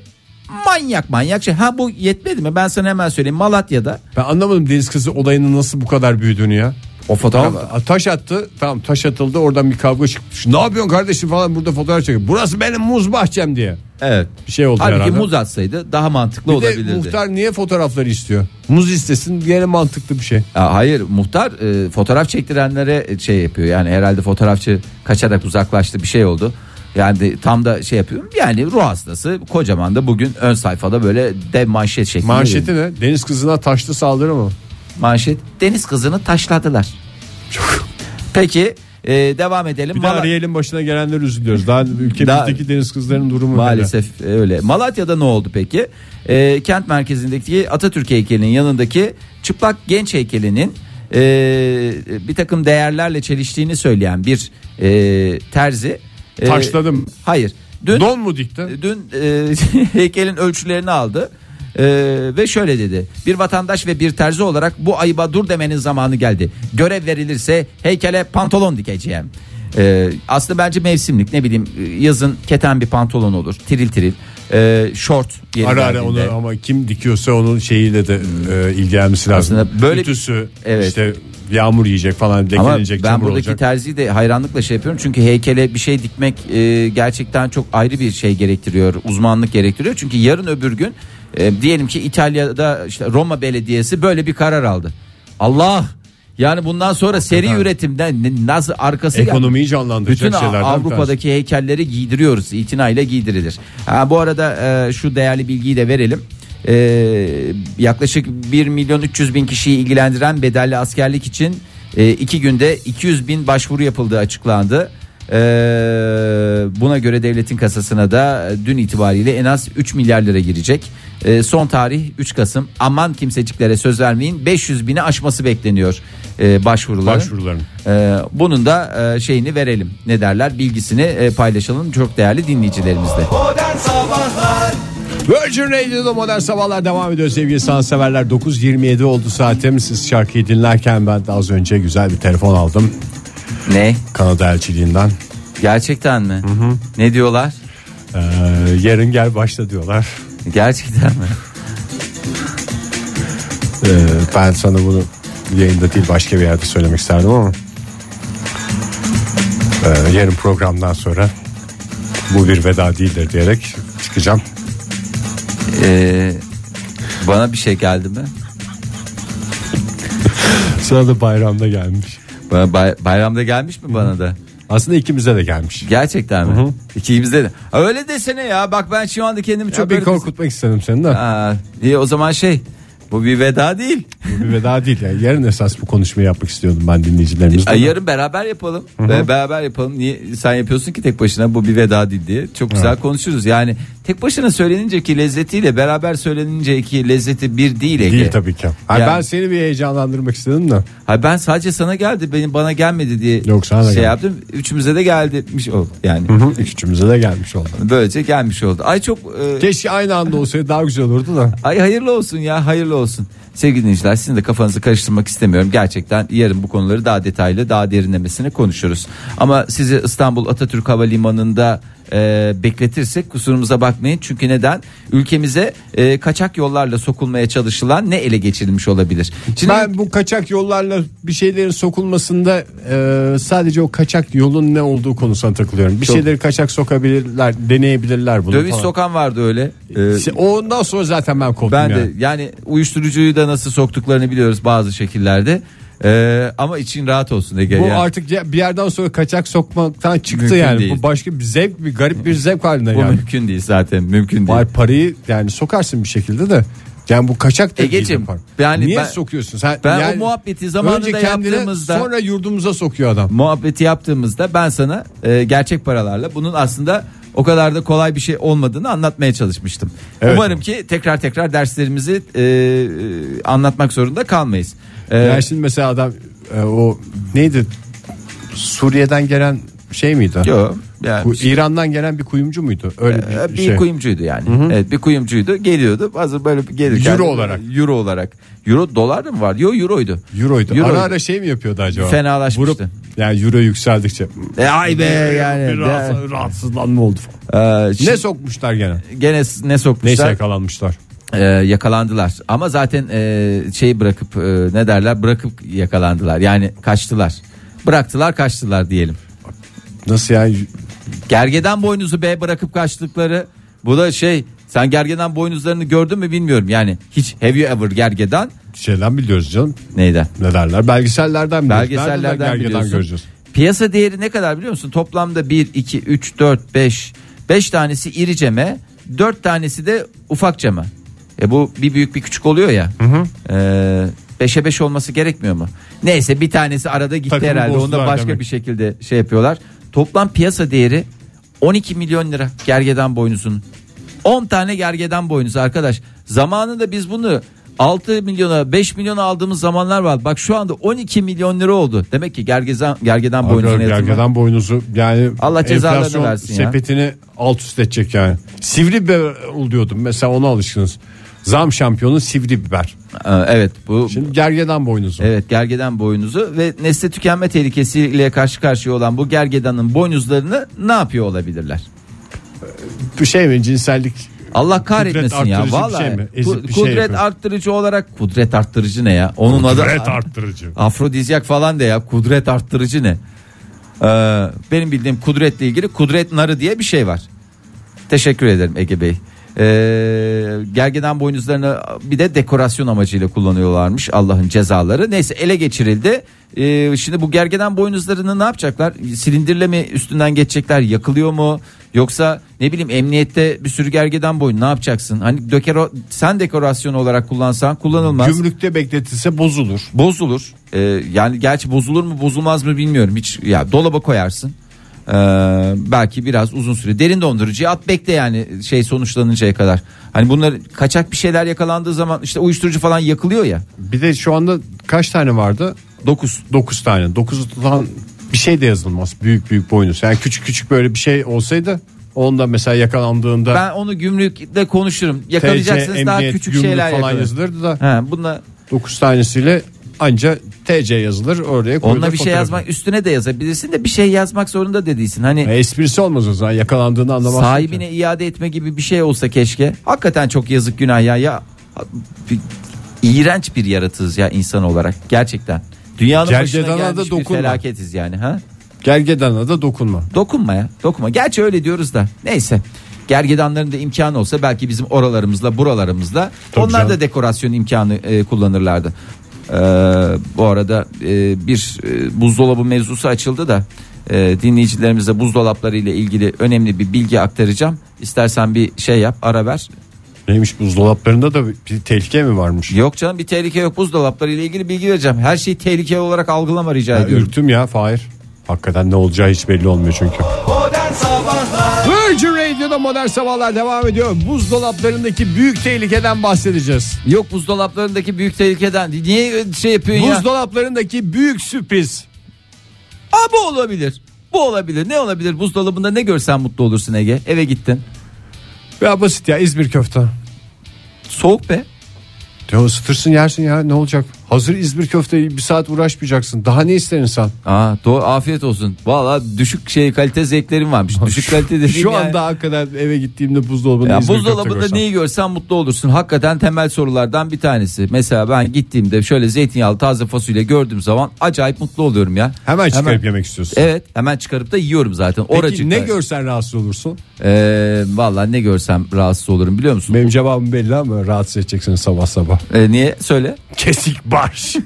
manyak manyak şey ha bu yetmedi mi ben sana hemen söyleyeyim Malatya'da Ben anlamadım deniz kızı olayının nasıl bu kadar büyüdüğünü ya. o fotoğraf Tamam, taş attı. Tamam taş atıldı. Oradan bir kavga çıktı. Ne yapıyorsun kardeşim falan burada fotoğraf çekiyor. Burası benim muz bahçem diye. evet Bir şey oldu halbuki herhalde. muz atsaydı daha mantıklı Bir de olabilirdi muhtar niye fotoğrafları istiyor? Muz istesin gene mantıklı bir şey. Ya hayır muhtar e, fotoğraf çektirenlere e, şey yapıyor yani herhalde fotoğrafçı kaçarak uzaklaştı bir şey oldu. Yani de- tam da şey yapıyorum yani ruh hastası kocaman da bugün ön sayfada böyle dev manşet şeklinde. Manşeti ne? Deniz kızına taşlı saldırı mı? Manşet deniz kızını taşladılar. Peki e, devam edelim. Bir de Mala- Ariel'in başına gelenler üzülüyoruz. Daha ülkemizdeki Daha- deniz kızlarının durumu Maalesef e, öyle. Malatya'da ne oldu peki? E, kent merkezindeki Atatürk heykelinin yanındaki çıplak genç heykelinin e, bir takım değerlerle çeliştiğini söyleyen bir e, terzi. e, Taşladım. Hayır. Dün böyle. Don mu dikti? dün e, heykelin ölçülerini aldı. E, ve şöyle dedi. Bir vatandaş ve bir terzi olarak bu ayıba dur demenin zamanı geldi. Görev verilirse heykele pantolon dikeceğim. E, aslında bence mevsimlik ne bileyim e, yazın keten bir pantolon olur. Tiril tiril. E, şort. yeri Ara ara onu geldiğinde. ama kim dikiyorsa onun şeyiyle de e, ilgilenmesi lazım. Aslında böyle- Ütüsü, Evet. işte yağmur yiyecek falan Ama lekelenecek, ben çamur buradaki olacak. terziyi de hayranlıkla şey yapıyorum. Çünkü heykele bir şey dikmek e, gerçekten çok ayrı bir şey gerektiriyor. Uzmanlık gerektiriyor. Çünkü yarın öbür gün e, diyelim ki İtalya'da işte Roma Belediyesi böyle bir karar aldı. Allah yani bundan sonra seri üretimden ne- nasıl arkası gel- Ekonomiyi canlandıracak bütün A- şeylerden bir tanesi. Avrupa'daki heykelleri giydiriyoruz. İtinayla giydirilir. Ha, bu arada e, şu değerli bilgiyi de verelim. E, yaklaşık 1 milyon 300 bin kişiyi ilgilendiren bedelli askerlik için e, iki günde 200 bin başvuru yapıldığı açıklandı. E, Ee, buna göre devletin kasasına da dün itibariyle en az 3 milyar lira girecek. Ee, son tarih 3 Kasım. Aman kimseciklere söz vermeyin. 500 bini aşması bekleniyor e, başvuruların. Başvuruların. Ee, bunun da e, şeyini verelim. Ne derler? Bilgisini e, paylaşalım çok değerli dinleyicilerimizle. Virgin Radio'da modern sabahlar devam ediyor sevgili sanatseverler. 9.27 oldu saatim. Siz şarkıyı dinlerken ben de az önce güzel bir telefon aldım. Ne? Kanada elçiliğinden. Gerçekten mi? Ne diyorlar? Ee, yarın gel başla diyorlar. Gerçekten mi? Ee, ben sana bunu yayında değil başka bir yerde söylemek isterdim ama. Ee, yarın programdan sonra bu bir veda değildir diyerek çıkacağım. Ee, bana bir şey geldi mi? Sana da bayramda gelmiş. Bana bay- bayramda gelmiş mi bana da? Aslında ikimize de gelmiş. Gerçekten mi? İkimizde de. Ha, Öyle desene ya. Bak ben şu anda kendimi çok Çok bir böyle- korkutmak istedim seni de. Aa, iyi o zaman şey. Bu bir veda değil. Bu bir veda değil. Yani yarın esas bu konuşmayı yapmak istiyordum ben dinleyicilerimizle. Ay, yarın beraber yapalım. Be- Beraber yapalım. Niye sen yapıyorsun ki tek başına bu bir veda değil diye. Çok güzel konuşuruz. Yani tek başına söylenince ki lezzetiyle beraber söylenince ki lezzeti bir değil Ege. Değil tabii ki. Hayır, Yani- Ben seni bir heyecanlandırmak istedim de. Hayır, ben sadece sana geldi. Benim bana gelmedi diye Yok, sana da şey geldi. yaptım. Üçümüze de geldimiş o yani. Üçümüze de gelmiş oldu. Böylece gelmiş oldu. Ay çok e, Keşke aynı anda olsaydı daha güzel olurdu da. Ay hayırlı olsun ya hayırlı olsun. Sevgili dinleyiciler sizin de kafanızı karıştırmak istemiyorum. Gerçekten yarın bu konuları daha detaylı daha derinlemesine konuşuruz. Ama sizi İstanbul Atatürk Havalimanı'nda e, bekletirsek kusurumuza bakmayın. Çünkü neden? Ülkemize e, kaçak yollarla sokulmaya çalışılan ne ele geçirilmiş olabilir? Şimdi Ben bu kaçak yollarla bir şeylerin sokulmasında e, sadece o kaçak yolun ne olduğu konusuna takılıyorum. Bir şeyleri kaçak sokabilirler, deneyebilirler bunu döviz falan. sokan vardı öyle. E, İşte Ondan sonra zaten ben koptum Ben şey, ya. de yani uyuşturucuyu da nasıl soktuklarını biliyoruz bazı şekillerde. E, ama için rahat olsun Ege. Bu yani. artık ya- bir yerden sonra kaçak sokmaktan çıktı Mümkün yani. değil. Bu başka bir zevk, bir garip bir zevk haline Bu yani. mümkün değil zaten mümkün değil. Var parayı yani sokarsın bir şekilde de. Yani bu kaçak da Egeciğim, değil. yani Niye ben- sokuyorsun? Sen, Ben yani o muhabbeti zamanında önce kendine, yaptığımızda sonra yurdumuza sokuyor adam. muhabbeti yaptığımızda ben sana e, gerçek paralarla bunun aslında o kadar da kolay bir şey olmadığını anlatmaya çalışmıştım. Evet. Umarım ki tekrar tekrar derslerimizi e, e, anlatmak zorunda kalmayız. E, Yani şimdi mesela adam e, o neydi Suriye'den gelen şey miydi? Yok. Yani Bu İran'dan gelen bir kuyumcu muydu? Öyle bir, e, bir şey. kuyumcuydu yani. Evet, bir kuyumcuydu. Geliyordu. Hazır böyle bir gelirken Euro olarak. Euro olarak. Euro dolar da mı vardı? Yok euroydu. Euroydu. Euroydu. Ara ara şey mi yapıyordu acaba? Fenalaşmıştı. Vurup, yani euro yükseldikçe E, ay be yani. bir rahatsız- rahatsızlanma oldu falan. E, şimdi Ne sokmuşlar gene? gene ne Neyse sokmuşlar? yakalanmışlar. e, yakalandılar. Ama zaten e, şey bırakıp e, ne derler bırakıp yakalandılar. Yani kaçtılar. Bıraktılar kaçtılar diyelim. Nasıl yani? Gergedan boynuzu B bırakıp kaçtıkları bu da şey sen gergedan boynuzlarını gördün mü bilmiyorum. Yani hiç have you ever gergedan Şeyden biliyoruz canım. neyden? Ne derler? Belgesellerden biliyoruz. Nereden Belgesellerden gergedan biliyorsun. göreceğiz. Piyasa değeri ne kadar biliyor musun? Toplamda 1, 2, 3, 4, 5. 5 tanesi iri ceme, 4 tanesi de ufak ceme. E bu bir büyük bir küçük oluyor ya. Ee, Beşe beş olması gerekmiyor mu? Neyse bir tanesi arada gitti Takımı herhalde. Onu da bozdular başka demek. bir şekilde şey yapıyorlar. Toplam piyasa değeri 12 milyon lira gergedan boynuzunun. 10 tane gergedan boynuzu arkadaş. Zamanında biz bunu 6 milyona 5 milyona aldığımız zamanlar var. Bak şu anda 12 milyon lira oldu. Demek ki gergedan gergedan boynuzu Gergedan boynuzu yani Allah cezalarını enflasyon versin ya. sepetini alt üst edecek yani. Sivri biber oluyordum mesela ona alışkınız. Zam şampiyonu sivri biber. Evet bu Şimdi gergedan boynuzu. Evet gergedan boynuzu ve nesli tükenme tehlikesiyle karşı karşıya olan bu gergedanın boynuzlarını ne yapıyor olabilirler? Bu şey mi cinsellik Allah kahretmesin ya arttırıcı bir vallahi. şey mi? Ezip Ku- bir şey kudret yapıyor. arttırıcı olarak kudret arttırıcı ne ya? Onun Red adı arttırıcı. afrodizyak falan de ya kudret arttırıcı ne? Ee, benim bildiğim kudretle ilgili kudret narı diye bir şey var. Teşekkür ederim Ege Bey. Ee, gergedan boynuzlarını bir de dekorasyon amacıyla kullanıyorlarmış Allah'ın cezaları. Neyse ele geçirildi. Ee, şimdi bu gergedan boynuzlarını ne yapacaklar? Silindirle mi üstünden geçecekler? Yakılıyor mu? Yoksa ne bileyim emniyette bir sürü gergedan boyun ne yapacaksın? Hani dökero, sen dekorasyon olarak kullansan kullanılmaz gümrükte bekletilse bozulur. bozulur. Ee, yani gerçi bozulur mu bozulmaz mı bilmiyorum. Hiç ya dolaba koyarsın. Ee, belki biraz uzun süre derin dondurucuya at bekle yani şey sonuçlanıncaya kadar. Hani bunlar kaçak bir şeyler yakalandığı zaman işte uyuşturucu falan yakılıyor ya. Bir de şu anda kaç tane vardı? 9. 9 tane. 9 tutan bir şey de yazılmaz. Büyük büyük boynuz. Yani küçük küçük böyle bir şey olsaydı onda mesela yakalandığında Ben onu gümrükle konuşurum. TC, Yakalayacaksınız daha emniyet, küçük gümrük şeyler falan yakalayın. yazılırdı da Ha, bununla 9 tanesiyle anca TC yazılır oraya koyulur. onunla bir şey fotoğrafı. yazmak üstüne de yazabilirsin de bir şey yazmak zorunda da değilsin. Hani E, esprisi olmaz o zaman yakalandığını anlamazsın. sahibine iade etme gibi bir şey olsa keşke. Hakikaten çok yazık günah ya. ya bir- iğrenç bir yaratığız ya insan olarak gerçekten. Dünyanın başına Cercedana da gelmiş bir dokunma. felaketiz yani ha. Gergedana da dokunma. Dokunma ya dokunma. Gerçi öyle diyoruz da neyse. Gergedanların da imkanı olsa belki bizim oralarımızla buralarımızla Tabii onlar da canım. dekorasyon imkanı e, kullanırlardı. Ee, bu arada e, bir e, buzdolabı mevzusu açıldı da e, dinleyicilerimize buzdolapları ile ilgili önemli bir bilgi aktaracağım. İstersen bir şey yap ara ver. Neymiş buzdolaplarında da bir tehlike mi varmış? Yok canım bir tehlike yok buzdolapları ile ilgili bilgi vereceğim. Her şeyi tehlikeli olarak algılama rica Ya, ediyorum. ürktüm ya Fahir. Hakikaten ne olacağı hiç belli olmuyor çünkü. Virgin Radio'da modern sabahlar devam ediyor. Buzdolaplarındaki büyük tehlikeden bahsedeceğiz. Yok buzdolaplarındaki büyük tehlikeden niye şey yapıyorsun ya? Buzdolaplarındaki büyük sürpriz. Aa bu olabilir. Bu olabilir. Ne olabilir? Buzdolabında ne görsen mutlu olursun Ege. Eve gittin. Ya basit ya İzmir köfte. Soğuk be. Ya ısıtırsın yersin ya ne olacak? Hazır İzmir köfteyi bir saat uğraşmayacaksın. Daha ne ister insan? Aa doğru afiyet olsun. Valla düşük şey kalite zevklerim varmış. Düşük kalite dediğim Şu yani- anda hakikaten eve gittiğimde buzdolabında Ya İzmir köfte buzdolabında görsem. neyi görsen mutlu olursun. Hakikaten temel sorulardan bir tanesi. Mesela ben gittiğimde şöyle zeytinyağlı taze fasulye gördüğüm zaman acayip mutlu oluyorum ya. Hemen çıkarıp yemek istiyorsun. Evet hemen çıkarıp da yiyorum zaten. Peki Oracıkta. ne görsen rahatsız olursun? Ee, Valla ne görsem rahatsız olurum biliyor musun? Benim cevabım belli ama rahatsız edeceksin sabah sabah. Ee, niye? Söyle. Kesik barş.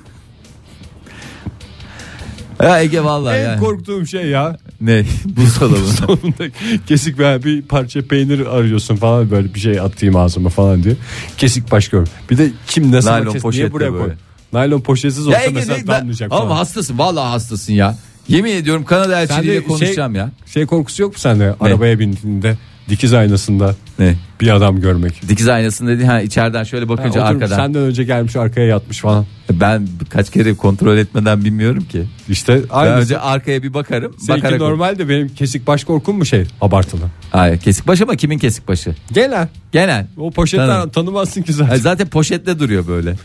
Ya Ege valla en yani. korktuğum şey ya. ne? Buzdolabı. Sonunda kesik veya bir parça peynir arıyorsun falan böyle bir şey atayım ağzıma falan diye. Kesik baş gör. Bir de kim nasıl Naylon kes, poşetle niye buraya koy? böyle. Naylon poşetsiz olsa Ya Ege, mesela ne- damlayacak Ama falan. hastasın vallahi hastasın ya. Yemin ediyorum Kanada elçiliğiyle konuşacağım şey, ya. Şey korkusu yok mu sende? Arabaya bindiğinde dikiz aynasında Ne? bir adam görmek. Dikiz aynasını dedi ha içeriden şöyle Ha, bakınca oturmuş, arkadan. Senden önce gelmiş arkaya yatmış falan. Ben kaç kere kontrol etmeden bilmiyorum ki. İşte Ben aynı. önce arkaya bir bakarım. Seninki bakarak normal de benim kesik baş korkum mu şey abartılı? Hayır, kesik baş ama kimin kesik başı? Gelen. Genel. O poşetten Tamam. tanımazsın ki Ha, zaten. E Zaten poşette duruyor böyle.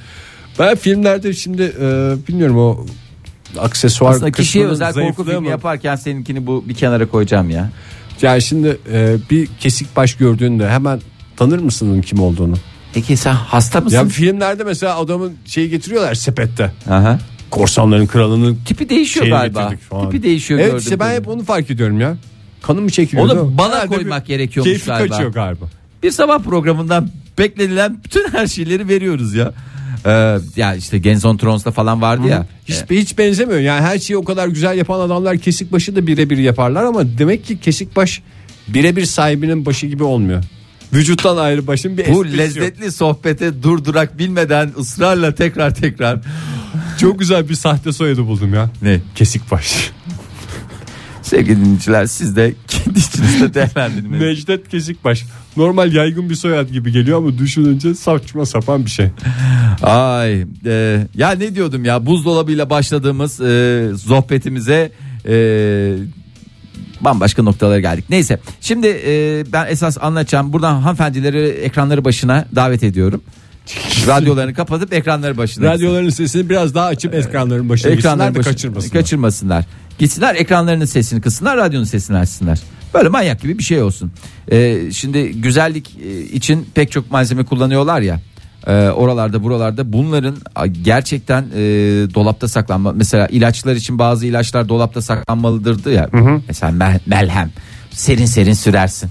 Ben filmlerde şimdi e, bilmiyorum o aksesuar Aslında kişiye kısmının özel korku zayıflığı filmi mı? yaparken seninkini bu bir kenara koyacağım ya. Yani şimdi e, bir kesik baş gördüğünde hemen tanır mısın onun kim olduğunu? Peki sen hasta Ya mısın? filmlerde mesela adamın şeyi getiriyorlar sepette. Aha. Korsanların kralının Tipi değişiyor Şeyini galiba. getirdik falan. Tipi değişiyor Evet gördüm. işte ben bunu. hep onu fark ediyorum ya. Kanım mı çekiliyor? değil mi? Onu bana Herhalde koymak bir gerekiyormuş keyfi galiba. kaçıyor galiba. bir sabah programından beklenilen bütün her şeyleri veriyoruz ya. Ee, ya işte Genz on Trons'ta falan vardı ya. Hiç, hiç benzemiyor. Yani her şeyi o kadar güzel yapan adamlar kesik başı da birebir yaparlar ama demek ki kesik baş birebir sahibinin başı gibi olmuyor. Vücuttan ayrı başın bir Bu esprisi yok. lezzetli sohbete durdurak bilmeden ısrarla tekrar tekrar. Çok güzel bir sahte soyadı buldum ya. Ne? Kesik baş. Sevgili dinleyiciler siz de kendi içinizde değerlendirin. Necdet Kesikbaş. Normal yaygın bir soyad gibi geliyor ama düşününce saçma sapan bir şey. Ay e, ya ne diyordum ya buzdolabıyla başladığımız e, sohbetimize e, bambaşka noktalara geldik. Neyse şimdi e, ben esas anlatacağım buradan hanımefendileri ekranları başına davet ediyorum. Radyolarını kapatıp ekranları başına. Radyoların sesini biraz daha açıp Ee, ekranların başına gitsinler de başı- kaçırmasınlar. kaçırmasınlar. Gitsinler ekranlarının sesini kıssınlar radyonun sesini açsınlar. Böyle manyak gibi bir şey olsun. Ee, şimdi güzellik e, için pek çok malzeme kullanıyorlar ya. e, oralarda buralarda bunların a, gerçekten e, dolapta saklanma mesela ilaçlar için bazı ilaçlar dolapta saklanmalıdırdı ya mesela mel- melhem serin serin sürersin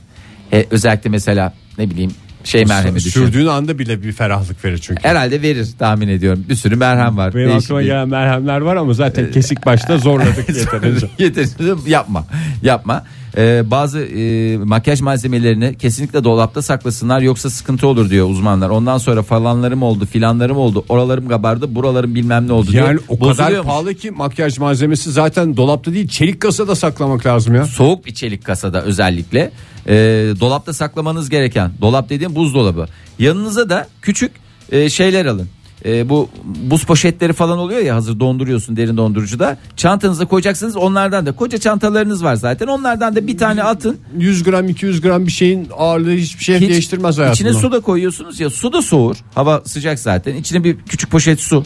E, özellikle mesela ne bileyim şey merhemi düşün Sürdüğün anda bile bir ferahlık verir çünkü. herhalde verir tahmin ediyorum bir sürü merhem var Benim Değişik aklıma bir- Ee, gelen merhemler var ama zaten kesik başta zorladık yeterince. Yeterince yapma. Yapma. e, bazı e, makyaj malzemelerini kesinlikle dolapta saklasınlar yoksa sıkıntı olur diyor uzmanlar. Ondan sonra falanlarım oldu filanlarım oldu oralarım kabardı buralarım bilmem ne oldu diyor. Yani o kadar Bozuluyormuş. pahalı ki makyaj malzemesi zaten dolapta değil çelik kasada saklamak lazım ya. soğuk bir çelik kasada özellikle e, dolapta saklamanız gereken dolap dediğim buzdolabı yanınıza da küçük e, şeyler alın E, bu buz poşetleri falan oluyor ya hazır donduruyorsun derin dondurucuda çantanıza koyacaksınız onlardan da koca çantalarınız var zaten onlardan da bir tane atın 100 gram 200 gram bir şeyin ağırlığı hiçbir şey Hiç- değiştirmez hayatında. İçine su da koyuyorsunuz ya su da soğur. Hava sıcak zaten. İçine bir küçük poşet su.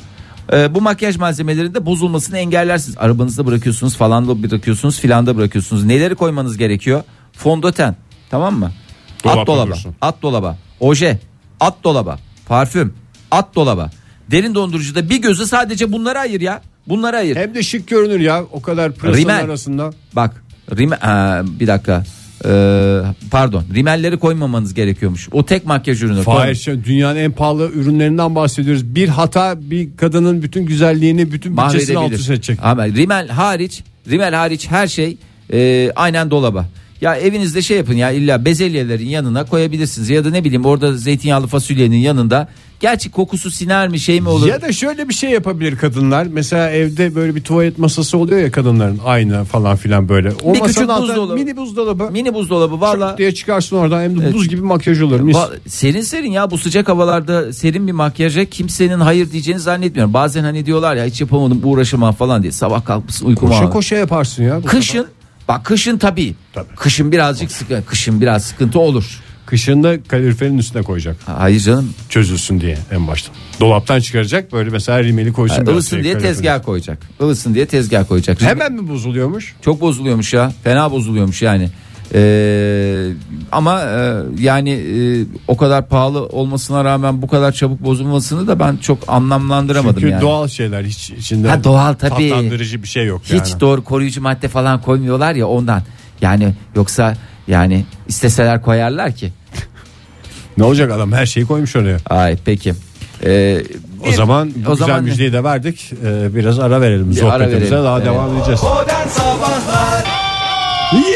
Ee, bu makyaj malzemelerinde bozulmasını engellersiniz. Arabanızda bırakıyorsunuz falan da bırakıyorsunuz filan da bırakıyorsunuz. Neleri koymanız gerekiyor? Fondöten tamam mı? Dolaba at dolaba. koyuyorsun. At dolaba. Oje. At dolaba. Parfüm. At dolaba. Derin dondurucuda bir gözü sadece bunlara ayır ya. Bunlara ayır. Hem de şık görünür ya o kadar pırasanın Rimel. arasında. Bak rime, ha, bir dakika. Ee, pardon. Rimelleri koymamanız gerekiyormuş. O tek makyaj ürünü. Koyma. Fahir şimdi şey, dünyanın en pahalı ürünlerinden bahsediyoruz. Bir hata bir kadının bütün güzelliğini bütün bütçesini alt üst edecek. Ama rimel hariç, rimel hariç her şey e, aynen dolaba. Ya evinizde şey yapın ya illa bezelyelerin yanına koyabilirsiniz ya da ne bileyim orada zeytinyağlı fasulyenin yanında. Gerçi kokusu siner mi şey mi olur? Ya da şöyle bir şey yapabilir kadınlar. Mesela evde böyle bir tuvalet masası oluyor ya kadınların aynı falan filan böyle. O Bir masanın küçük altına buzdolabı. Mini buzdolabı. Mini buzdolabı valla Şak diye çıkarsın oradan hem de buz gibi makyaj olur. Mis. va- serin serin ya bu sıcak havalarda serin bir makyaja kimsenin hayır diyeceğini zannetmiyorum. Bazen hani diyorlar ya hiç yapamadım uğraşamam falan diye sabah kalkmışsın uykum koşa aldı. koşa yaparsın ya. bu kadar. Kışın bak kışın tabii. Kışın birazcık sıkıntı, kışın biraz sıkıntı olur. Kışında kaloriferin üstüne koyacak. Hayır canım Çözülsün diye en başta. Dolaptan çıkaracak böyle mesela rimeli koysun. Yani biraz ılısın şey diye kaloriferin tezgah koyacak. Ilısın diye tezgah koyacak. üstüne. Hemen mi bozuluyormuş? Çok bozuluyormuş ya. Fena bozuluyormuş yani. Ee, ama e, yani e, o kadar pahalı olmasına rağmen bu kadar çabuk bozulmasını da ben çok anlamlandıramadım Çünkü yani. doğal şeyler hiç içinde Ha, doğal tabii. tatlandırıcı bir şey yok Hiç yani. doğru koruyucu madde falan koymuyorlar ya ondan. Yani yoksa yani isteseler koyarlar ki. Ne olacak adam her şeyi koymuş oraya. Ay peki. Ee, O zaman bu o güzel zaman ne? müjdeyi de verdik. Ee, biraz ara verelim ara sohbetimize verelim, daha evet. devam edeceğiz.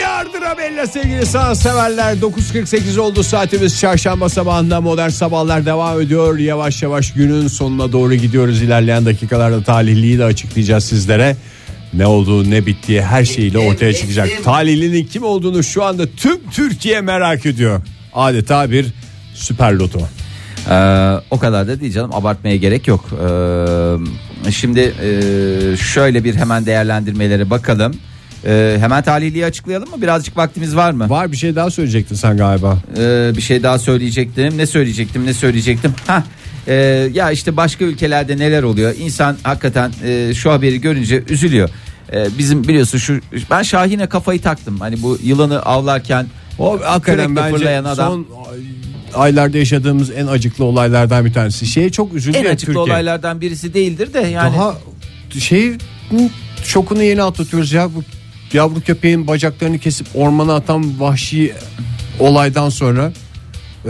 Yardıra bella sevgili sanatseverler 9.48 oldu saatimiz çarşamba sabahında modern sabahlar devam ediyor yavaş yavaş günün sonuna doğru gidiyoruz ilerleyen dakikalarda talihliyi de açıklayacağız sizlere ne olduğu ne bittiği her şeyiyle ortaya çıkacak talihlinin kim olduğunu şu anda tüm Türkiye merak ediyor adeta bir süper loto Ee, o kadar da değil canım abartmaya gerek yok. Ee, şimdi e, şöyle bir hemen değerlendirmelere bakalım. Ee, hemen talihliyi açıklayalım mı? Birazcık vaktimiz var mı? var bir şey daha söyleyecektin sen galiba Ee, bir şey daha söyleyecektim. Ne söyleyecektim? Ne söyleyecektim? Ha. e, ya işte başka ülkelerde neler oluyor? İnsan hakikaten e, şu haberi görünce üzülüyor. Ee, bizim biliyorsun şu ben Şahin'e kafayı taktım. Hani bu yılanı avlarken O hakikaten kürekle bence fırlayan adam. son aylarda yaşadığımız en acıklı olaylardan bir tanesi. Şeye çok üzüldü en ya açıklı Türkiye. olaylardan birisi değildir de yani Daha şey bu şokunu yeni atlatıyoruz ya bu yavru köpeğin bacaklarını kesip ormana atan vahşi olaydan sonra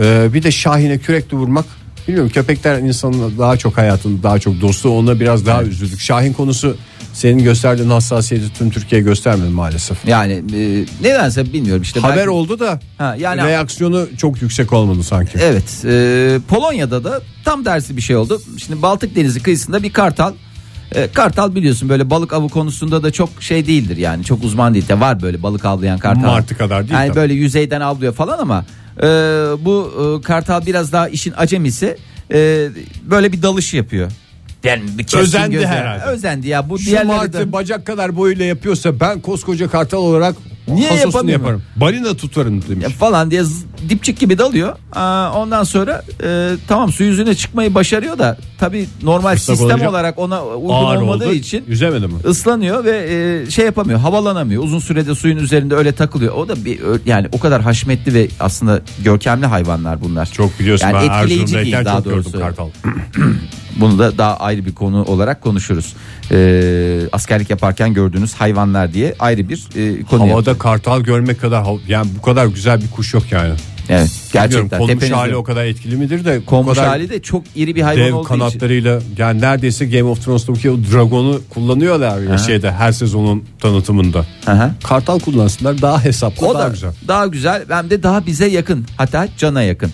e, bir de Şahin'e kürekle vurmak Bilmiyorum köpekler insanın daha çok hayatında daha çok dostu ona biraz daha üzüldük. Şahin konusu senin gösterdiğin hassasiyeti tüm Türkiye göstermedi maalesef. Yani e, nedense bilmiyorum işte. Haber belki- oldu da Ha, yani- reaksiyonu çok yüksek olmadı sanki. Evet. e, Polonya'da da tam dersi bir şey oldu. Şimdi Baltık Denizi kıyısında bir kartal. E, kartal biliyorsun böyle balık avı konusunda da çok şey değildir yani. Çok uzman değil de var böyle balık avlayan kartal. Martı kadar değil Yani tabii. böyle yüzeyden avlıyor falan ama e, bu e, kartal biraz daha işin acemisi. E, böyle bir dalış yapıyor. Yani bir keskin Özendi gözle- herhalde. Özendi ya. Bu Şu diğerleri martı de- bacak kadar boyuyla yapıyorsa ben koskoca kartal olarak Niye Niye yapamıyor? yaparım. Balina tutarım demiş. Ya E, falan diye z- dipçik gibi dalıyor. Aa, ondan sonra e, tamam su yüzüne çıkmayı başarıyor da tabii normal Islak sistem olunca olarak ona uygun Ağır olmadığı oldu. için Yüzemedi mi? ıslanıyor ve e, şey yapamıyor. Havalanamıyor. Uzun sürede suyun üzerinde öyle takılıyor. O da bir ö- yani o kadar haşmetli ve aslında görkemli hayvanlar bunlar. Çok biliyorsun yani ben etkileyici değil Erzurum'dayken daha çok doğrusu. gördüm kartal. Bunu da daha ayrı bir konu olarak konuşuruz. E, askerlik yaparken gördüğünüz hayvanlar diye ayrı bir e, konu. Havada kartal görmek kadar hav- yani bu kadar güzel bir kuş yok yani. Evet Bilmiyorum, gerçekten. konmuş Tepenizde. hali o kadar etkili midir de Konmuş o kadar hali de çok iri bir hayvan dev olduğu için. kanatlarıyla yani neredeyse Game of Thrones'taki o dragonu kullanıyorlar ya şeyde her sezonun tanıtımında. Aha. Kartal kullansınlar daha hesaplı O daha da güzel. daha güzel hem de daha bize yakın hatta cana yakın.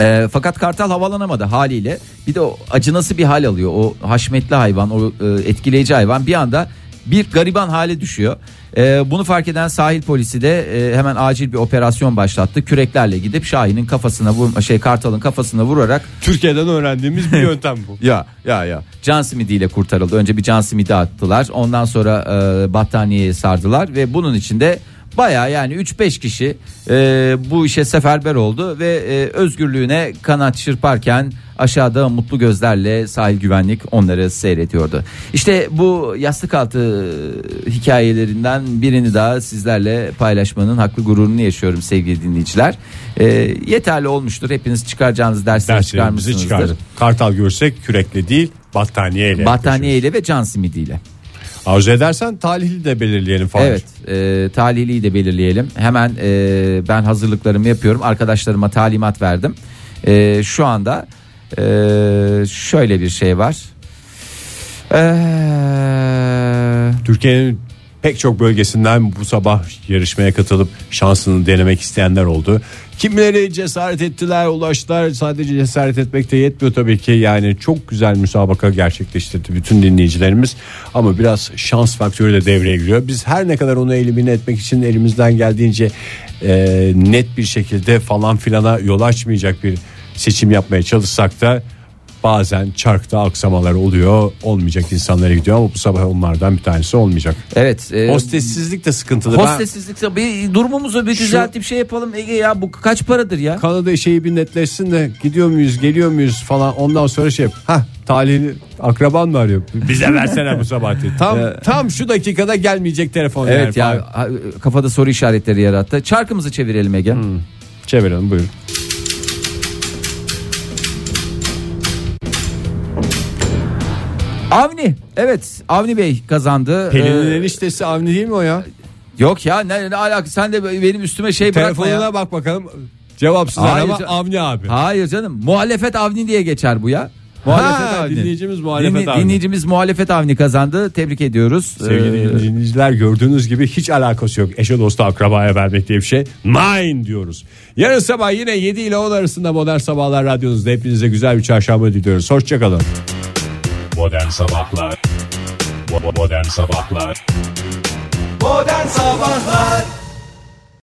Ee, fakat kartal havalanamadı haliyle. Bir de o acınası bir hal alıyor. O haşmetli hayvan, o e, etkileyici hayvan bir anda bir gariban hale düşüyor. Ee, bunu fark eden sahil polisi de e, hemen acil bir operasyon başlattı. Küreklerle gidip Şahin'in kafasına vur şey kartalın kafasına vurarak Türkiye'den öğrendiğimiz bir yöntem bu. ya ya ya. Can simidi ile kurtarıldı. Önce bir can simidi attılar. Ondan sonra e, battaniyeye sardılar ve bunun içinde baya yani 3-5 kişi e, bu işe seferber oldu ve e, özgürlüğüne kanat çırparken aşağıda mutlu gözlerle sahil güvenlik onları seyrediyordu. İşte bu yastık altı hikayelerinden birini daha sizlerle paylaşmanın haklı gururunu yaşıyorum sevgili dinleyiciler. E, yeterli olmuştur. Hepiniz çıkaracağınız dersleri Derslerimizi çıkarmışsınızdır. çıkardık. Kartal görsek kürekle değil battaniyeyle. Battaniye ile ve can simidiyle. yaklaşıyoruz. Arzu edersen talihli de belirleyelim falan. Evet, e, talihliyi de belirleyelim. Hemen e, ben hazırlıklarımı yapıyorum. Arkadaşlarıma talimat verdim. E, şu anda e, şöyle bir şey var. E, Türkiye'nin pek çok bölgesinden bu sabah yarışmaya katılıp şansını denemek isteyenler oldu. Kimleri cesaret ettiler, ulaştılar. Sadece cesaret etmek de yetmiyor tabii ki. Yani çok güzel müsabaka gerçekleştirdi bütün dinleyicilerimiz. Ama biraz şans faktörü de devreye giriyor. Biz her ne kadar onu elimine etmek için elimizden geldiğince e, net bir şekilde falan filana yol açmayacak bir seçim yapmaya çalışsak da bazen çarkta aksamalar oluyor. Olmayacak insanlara gidiyor ama bu sabah onlardan bir tanesi olmayacak. evet. e, Hostessizlik de sıkıntılı. Ben Hostesizlik bir durumumuzu bir düzeltip şey yapalım Ege ya bu kaç paradır ya? Kanada şeyi bir netleşsin de gidiyor muyuz geliyor muyuz falan ondan sonra şey yap. Hah talihli akraban mı arıyor? Bize versene bu Ee, sabah diye. Tam, tam şu dakikada gelmeyecek telefon. Evet yani. ya ha- kafada soru işaretleri yarattı. Çarkımızı çevirelim Ege. Çevirelim buyurun. Avni evet Avni Bey kazandı. Pelin'in Ee, e, eniştesi Avni değil mi o ya? Yok ya ne, ne alaka sen de benim üstüme şey bırakma ya. Telefonuna bak bakalım. Cevapsız Hayır arama can- Avni abi. Hayır canım muhalefet avni diye geçer bu ya. Muhalefet Ha, avni. dinleyicimiz muhalefet Dinli- avni. Dinleyicimiz muhalefet avni kazandı. Tebrik ediyoruz. Sevgili Ee, dinleyiciler gördüğünüz gibi hiç alakası yok. Eşe dosta akrabaya vermek diye bir şey. Nine diyoruz. Yarın sabah yine 7 ile 10 arasında Modern Sabahlar Radyonuzda hepinize güzel bir çarşamba diliyoruz. Hoşçakalın. Modern Sabahlar Modern Sabahlar Modern Sabahlar